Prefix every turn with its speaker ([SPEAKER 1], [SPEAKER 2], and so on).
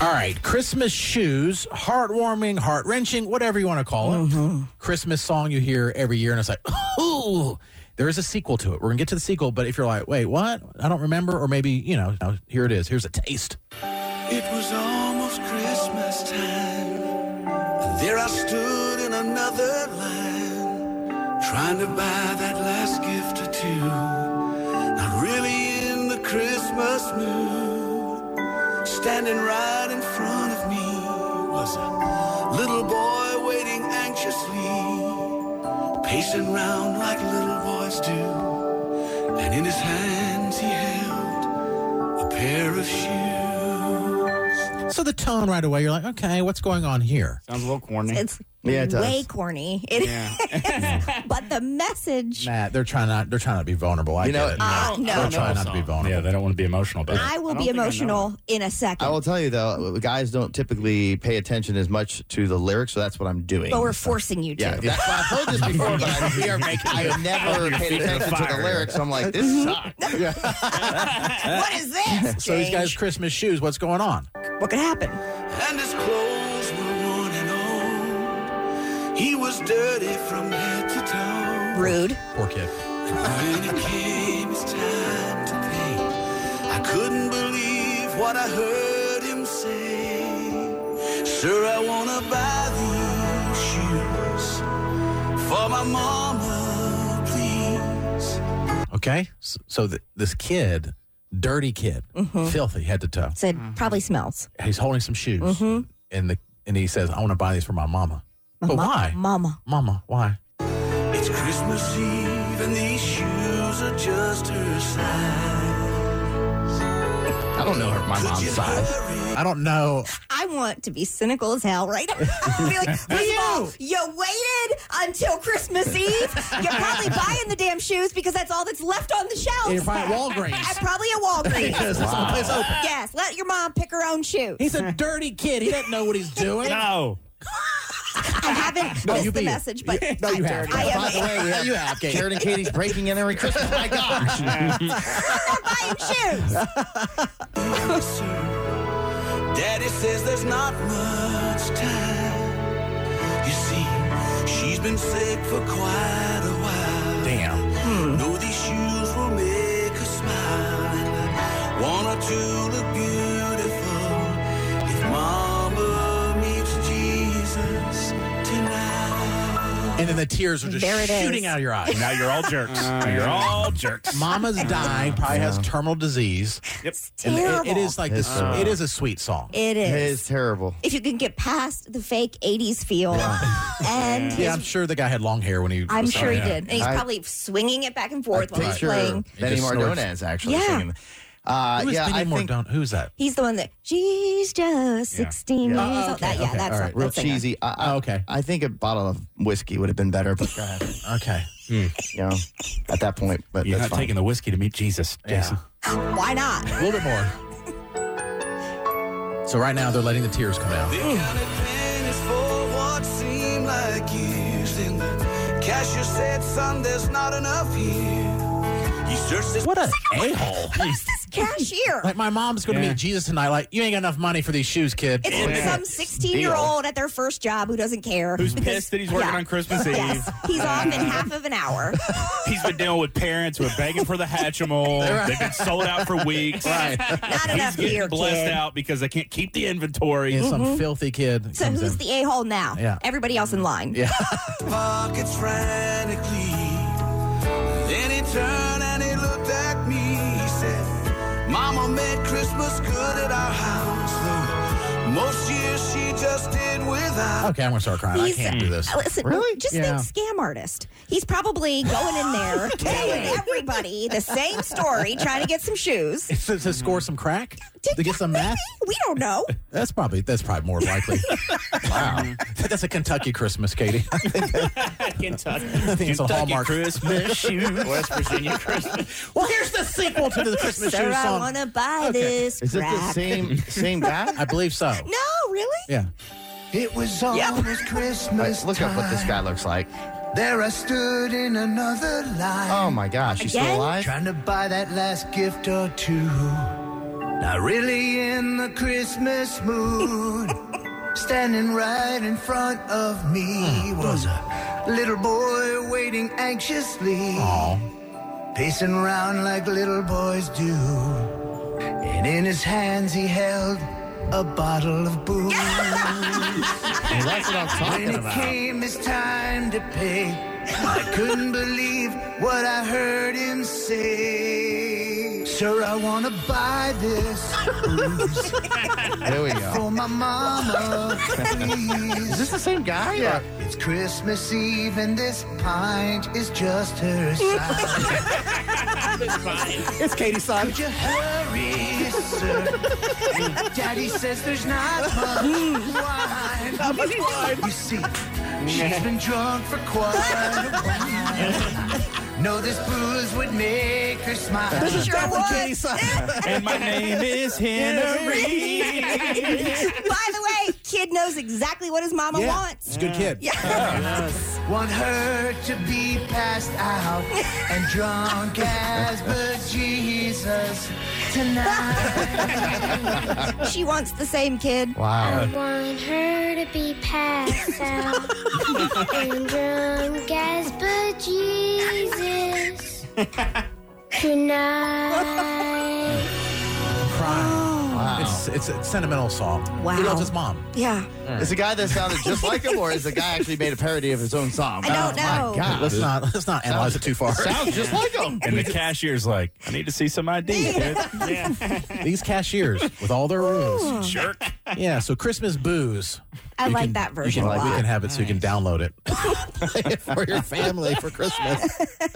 [SPEAKER 1] All right, Christmas shoes, heartwarming, heart wrenching, whatever you want to call it. Christmas song you hear every year, and it's like, ooh, there is a sequel to it. We're gonna get to the sequel, but if you're like, wait, what? I don't remember, or maybe you know, no, here it is. Here's a taste.
[SPEAKER 2] It was almost Christmas time. And there I stood in another line, trying to buy that last gift or two. Not really in the Christmas mood. Standing right in front of me was a little boy waiting anxiously, pacing round like little boys do. And in his hands he held a pair of shoes.
[SPEAKER 1] So the tone right away, you're like, okay, what's going on here?
[SPEAKER 3] Oh.
[SPEAKER 4] Sounds a little corny.
[SPEAKER 5] It's
[SPEAKER 3] Yeah, it does.
[SPEAKER 5] way corny. It
[SPEAKER 4] yeah.
[SPEAKER 5] but the message.
[SPEAKER 1] Matt, they're trying not, they're trying not to be vulnerable. I
[SPEAKER 3] You know,
[SPEAKER 1] get it.
[SPEAKER 5] Ah, no.
[SPEAKER 1] they're trying not to be vulnerable.
[SPEAKER 4] yeah, they don't want to be emotional about it.
[SPEAKER 5] I will
[SPEAKER 4] don't
[SPEAKER 5] be
[SPEAKER 4] think I know
[SPEAKER 5] emotional in a
[SPEAKER 3] I
[SPEAKER 5] second,
[SPEAKER 3] will tell you though, uh, guys don't typically pay attention as much to the lyrics, so that's what I'm doing.
[SPEAKER 5] but we're forcing you to.
[SPEAKER 3] yeah, that's why I've heard this before, but I, we are making, I never paid
[SPEAKER 4] to the
[SPEAKER 3] attention to the
[SPEAKER 4] fire.
[SPEAKER 3] lyrics. I'm like, this sucks.
[SPEAKER 5] What is this?
[SPEAKER 1] So these
[SPEAKER 5] Jake?
[SPEAKER 1] guys' Christmas shoes, what's going on?
[SPEAKER 5] what could happen?
[SPEAKER 2] and his clothes were worn and old. He was dirty from head to toe.
[SPEAKER 5] Rude.
[SPEAKER 1] Poor kid.
[SPEAKER 2] When it came his time to pay, I couldn't believe what I heard him say. Sir, I wanna buy these shoes for my mama, please.
[SPEAKER 1] Okay, so, so th- this kid, dirty kid, filthy head to toe.
[SPEAKER 5] Said probably smells.
[SPEAKER 1] He's holding some shoes, and the and he says, "I want to buy these for my mama." but
[SPEAKER 5] Mm-hmm. Ma-
[SPEAKER 1] Oh, why,
[SPEAKER 5] Mama.
[SPEAKER 1] mama? Why?
[SPEAKER 2] It's Christmas Eve and these shoes are just her size.
[SPEAKER 3] I don't know her, my
[SPEAKER 2] Could you
[SPEAKER 3] mom's size.
[SPEAKER 2] hurry?
[SPEAKER 1] I don't know.
[SPEAKER 5] I want to be cynical as hell right now. be like, first of all, you waited until Christmas Eve. You're probably buying the damn shoes because that's all that's left on the shelves.
[SPEAKER 1] You're probably at Walgreens.
[SPEAKER 5] At probably at Walgreens.
[SPEAKER 1] Because this whole place open.
[SPEAKER 5] Yes, let your mom pick her own shoes.
[SPEAKER 1] He's a dirty kid. He doesn't know what he's doing.
[SPEAKER 4] No.
[SPEAKER 5] I haven't
[SPEAKER 1] No,
[SPEAKER 5] missed
[SPEAKER 1] you
[SPEAKER 5] the
[SPEAKER 1] be-
[SPEAKER 5] message, but
[SPEAKER 1] no, you
[SPEAKER 5] I'm
[SPEAKER 1] have.
[SPEAKER 5] dirty. I
[SPEAKER 3] By the
[SPEAKER 5] am
[SPEAKER 3] way, we have
[SPEAKER 1] You have, Kate.
[SPEAKER 3] Karen and Katie's breaking in every Christmas. My gosh.
[SPEAKER 5] buying shoes.
[SPEAKER 2] Sir, Daddy says there's not much time. You see, she's been sick for quite a while.
[SPEAKER 1] Damn.
[SPEAKER 2] Know these shoes will make her smile. And one or two look beautiful. If Mama meets Jesus tonight.
[SPEAKER 1] And then the tears are just
[SPEAKER 5] There it is.
[SPEAKER 1] shooting out of your eyes.
[SPEAKER 4] Now you're all jerks. now you're all jerks.
[SPEAKER 1] Mama's dying. Probably has terminal disease.
[SPEAKER 4] Yep.
[SPEAKER 1] And it-
[SPEAKER 5] Terrible.
[SPEAKER 1] it is like this.
[SPEAKER 3] It's
[SPEAKER 4] uh,
[SPEAKER 3] terrible.
[SPEAKER 1] It is a sweet song.
[SPEAKER 5] It
[SPEAKER 3] It
[SPEAKER 5] is.
[SPEAKER 3] is terrible.
[SPEAKER 5] If you can get past the fake '80s feel, and
[SPEAKER 1] Yeah, I'm sure the guy had long hair when he.
[SPEAKER 5] I'm
[SPEAKER 1] was
[SPEAKER 5] sure he
[SPEAKER 1] singing.
[SPEAKER 5] did, and he's
[SPEAKER 3] I-
[SPEAKER 5] probably swinging it back and forth while he's
[SPEAKER 3] Picture
[SPEAKER 5] playing.
[SPEAKER 3] Benny
[SPEAKER 1] He just snorts.
[SPEAKER 3] Mardones actually
[SPEAKER 5] Yeah.
[SPEAKER 3] singing. Uh,
[SPEAKER 1] Who is
[SPEAKER 3] yeah,
[SPEAKER 1] Benny
[SPEAKER 3] I think
[SPEAKER 1] Mordaunt? Who's that?
[SPEAKER 5] He's the one that she's just
[SPEAKER 4] Yeah.
[SPEAKER 5] 16
[SPEAKER 3] Yeah.
[SPEAKER 5] years old. That, yeah,
[SPEAKER 1] Oh, okay,
[SPEAKER 5] that's
[SPEAKER 1] all right.
[SPEAKER 5] right.
[SPEAKER 3] real cheesy. I, I,
[SPEAKER 1] Oh, okay.
[SPEAKER 3] I think a bottle of whiskey would have been better, but go ahead.
[SPEAKER 1] Okay.
[SPEAKER 3] you know, at that point, but
[SPEAKER 4] You're
[SPEAKER 3] that's
[SPEAKER 4] not
[SPEAKER 3] fine.
[SPEAKER 4] taking the whiskey to meet Jesus, Jason.
[SPEAKER 5] Why not?
[SPEAKER 1] A little bit more. So right now they're letting the tears come out.
[SPEAKER 2] They counted pennies for what seemed like years. And the cashier said, Son, there's not enough here. He searched his
[SPEAKER 1] What a a hole!
[SPEAKER 5] Who's this cashier?
[SPEAKER 1] Like my mom's going to
[SPEAKER 4] Yeah.
[SPEAKER 1] meet Jesus tonight. Like you ain't got enough money for these shoes, kid.
[SPEAKER 5] It's some 16 year old at their first job who doesn't care.
[SPEAKER 4] Who's pissed that he's working
[SPEAKER 5] yeah.
[SPEAKER 4] on Christmas Eve?
[SPEAKER 5] Yes, he's off in half of an hour.
[SPEAKER 4] He's been dealing with parents who are begging for the Hatchimal. They've been sold out for weeks. Right.
[SPEAKER 5] Not
[SPEAKER 4] He's
[SPEAKER 5] enough
[SPEAKER 4] getting
[SPEAKER 5] here,
[SPEAKER 4] blessed
[SPEAKER 5] kid.
[SPEAKER 4] out because they can't keep the inventory.
[SPEAKER 1] And some filthy kid.
[SPEAKER 5] Mm-hmm. So
[SPEAKER 1] comes
[SPEAKER 5] who's
[SPEAKER 1] in.
[SPEAKER 5] the a hole now?
[SPEAKER 1] Yeah.
[SPEAKER 5] Everybody else in line.
[SPEAKER 1] Yeah.
[SPEAKER 2] pockets frantically. Then he turned and he looked at me. He said, Mama made Christmas good at our house. Though most years she just did without.
[SPEAKER 1] Okay, I'm going to start crying. I can't do this.
[SPEAKER 5] Uh, Listen,
[SPEAKER 3] Really?
[SPEAKER 5] just
[SPEAKER 1] Yeah.
[SPEAKER 5] think scam artist. He's probably going in there telling everybody the same story, trying to get some shoes.
[SPEAKER 1] to, to score some crack, to get some math.
[SPEAKER 5] We don't know.
[SPEAKER 1] That's probably that's probably more likely. wow, that's a Kentucky Christmas, Katie.
[SPEAKER 4] Kentucky.
[SPEAKER 1] think it's a Hallmark.
[SPEAKER 4] Christmas shoes. West Virginia Christmas.
[SPEAKER 1] well, here's the sequel to the Christmas
[SPEAKER 5] Sir,
[SPEAKER 1] shoes
[SPEAKER 5] I
[SPEAKER 1] song.
[SPEAKER 5] want to buy
[SPEAKER 1] Okay.
[SPEAKER 5] this
[SPEAKER 3] Is it
[SPEAKER 5] crap.
[SPEAKER 3] the same same guy?
[SPEAKER 1] I believe so.
[SPEAKER 5] No, really?
[SPEAKER 1] Yeah.
[SPEAKER 2] It was almost
[SPEAKER 3] Wait,
[SPEAKER 2] Christmas.
[SPEAKER 3] look up what this guy looks like.
[SPEAKER 2] There I stood in another line.
[SPEAKER 3] Oh my Oh gosh, he's still
[SPEAKER 5] Again?
[SPEAKER 3] alive.
[SPEAKER 2] Trying to buy that last gift or two. Not really in the Christmas mood. Standing right in front of me was a little boy waiting anxiously. Pacing around like little boys do. And in his hands he held a bottle of booze.
[SPEAKER 3] Well, that's what I'm
[SPEAKER 2] When
[SPEAKER 3] talking
[SPEAKER 2] it
[SPEAKER 3] about.
[SPEAKER 2] came his time to pay, I couldn't believe what I heard him say. Sir, I want to buy this booze
[SPEAKER 3] There we go.
[SPEAKER 2] for my mama, please.
[SPEAKER 3] Is this the same guy? Yeah.
[SPEAKER 2] It's Christmas Eve and this pint is just her size.
[SPEAKER 3] It's Katie's son.
[SPEAKER 2] Would you hurry, sir? Daddy says there's not much wine. You see, she's been drunk for quite a while. No, this booze would make her smile.
[SPEAKER 5] Sure would.
[SPEAKER 4] and my name is Henry.
[SPEAKER 5] By the way, kid knows exactly what his mama
[SPEAKER 1] It's
[SPEAKER 5] wants.
[SPEAKER 1] a good kid.
[SPEAKER 5] Yeah.
[SPEAKER 2] Want her to be passed out and drunk as but Jesus tonight.
[SPEAKER 5] she wants the same kid.
[SPEAKER 3] Wow.
[SPEAKER 6] Want her to be passed out and drunk as but Jesus tonight.
[SPEAKER 1] It's, it's a sentimental song.
[SPEAKER 5] Wow.
[SPEAKER 1] He loves his mom.
[SPEAKER 5] Yeah.
[SPEAKER 3] Is the guy that sounded just like him, or is the guy actually made a parody of his own song?
[SPEAKER 5] I don't
[SPEAKER 1] Oh
[SPEAKER 5] know.
[SPEAKER 3] My God.
[SPEAKER 1] Let's not let's not analyze it too far.
[SPEAKER 3] Sounds just like him.
[SPEAKER 4] And the cashier's like, I need to see some ID, dude. yeah.
[SPEAKER 1] These cashiers with all their rules.
[SPEAKER 4] Jerk.
[SPEAKER 1] Yeah, so Christmas booze.
[SPEAKER 5] I
[SPEAKER 1] You
[SPEAKER 5] like
[SPEAKER 1] can-
[SPEAKER 5] that
[SPEAKER 1] You
[SPEAKER 5] version
[SPEAKER 1] can,
[SPEAKER 5] a
[SPEAKER 1] we
[SPEAKER 5] lot.
[SPEAKER 1] can have it so you can download it. Play it for your family for Christmas.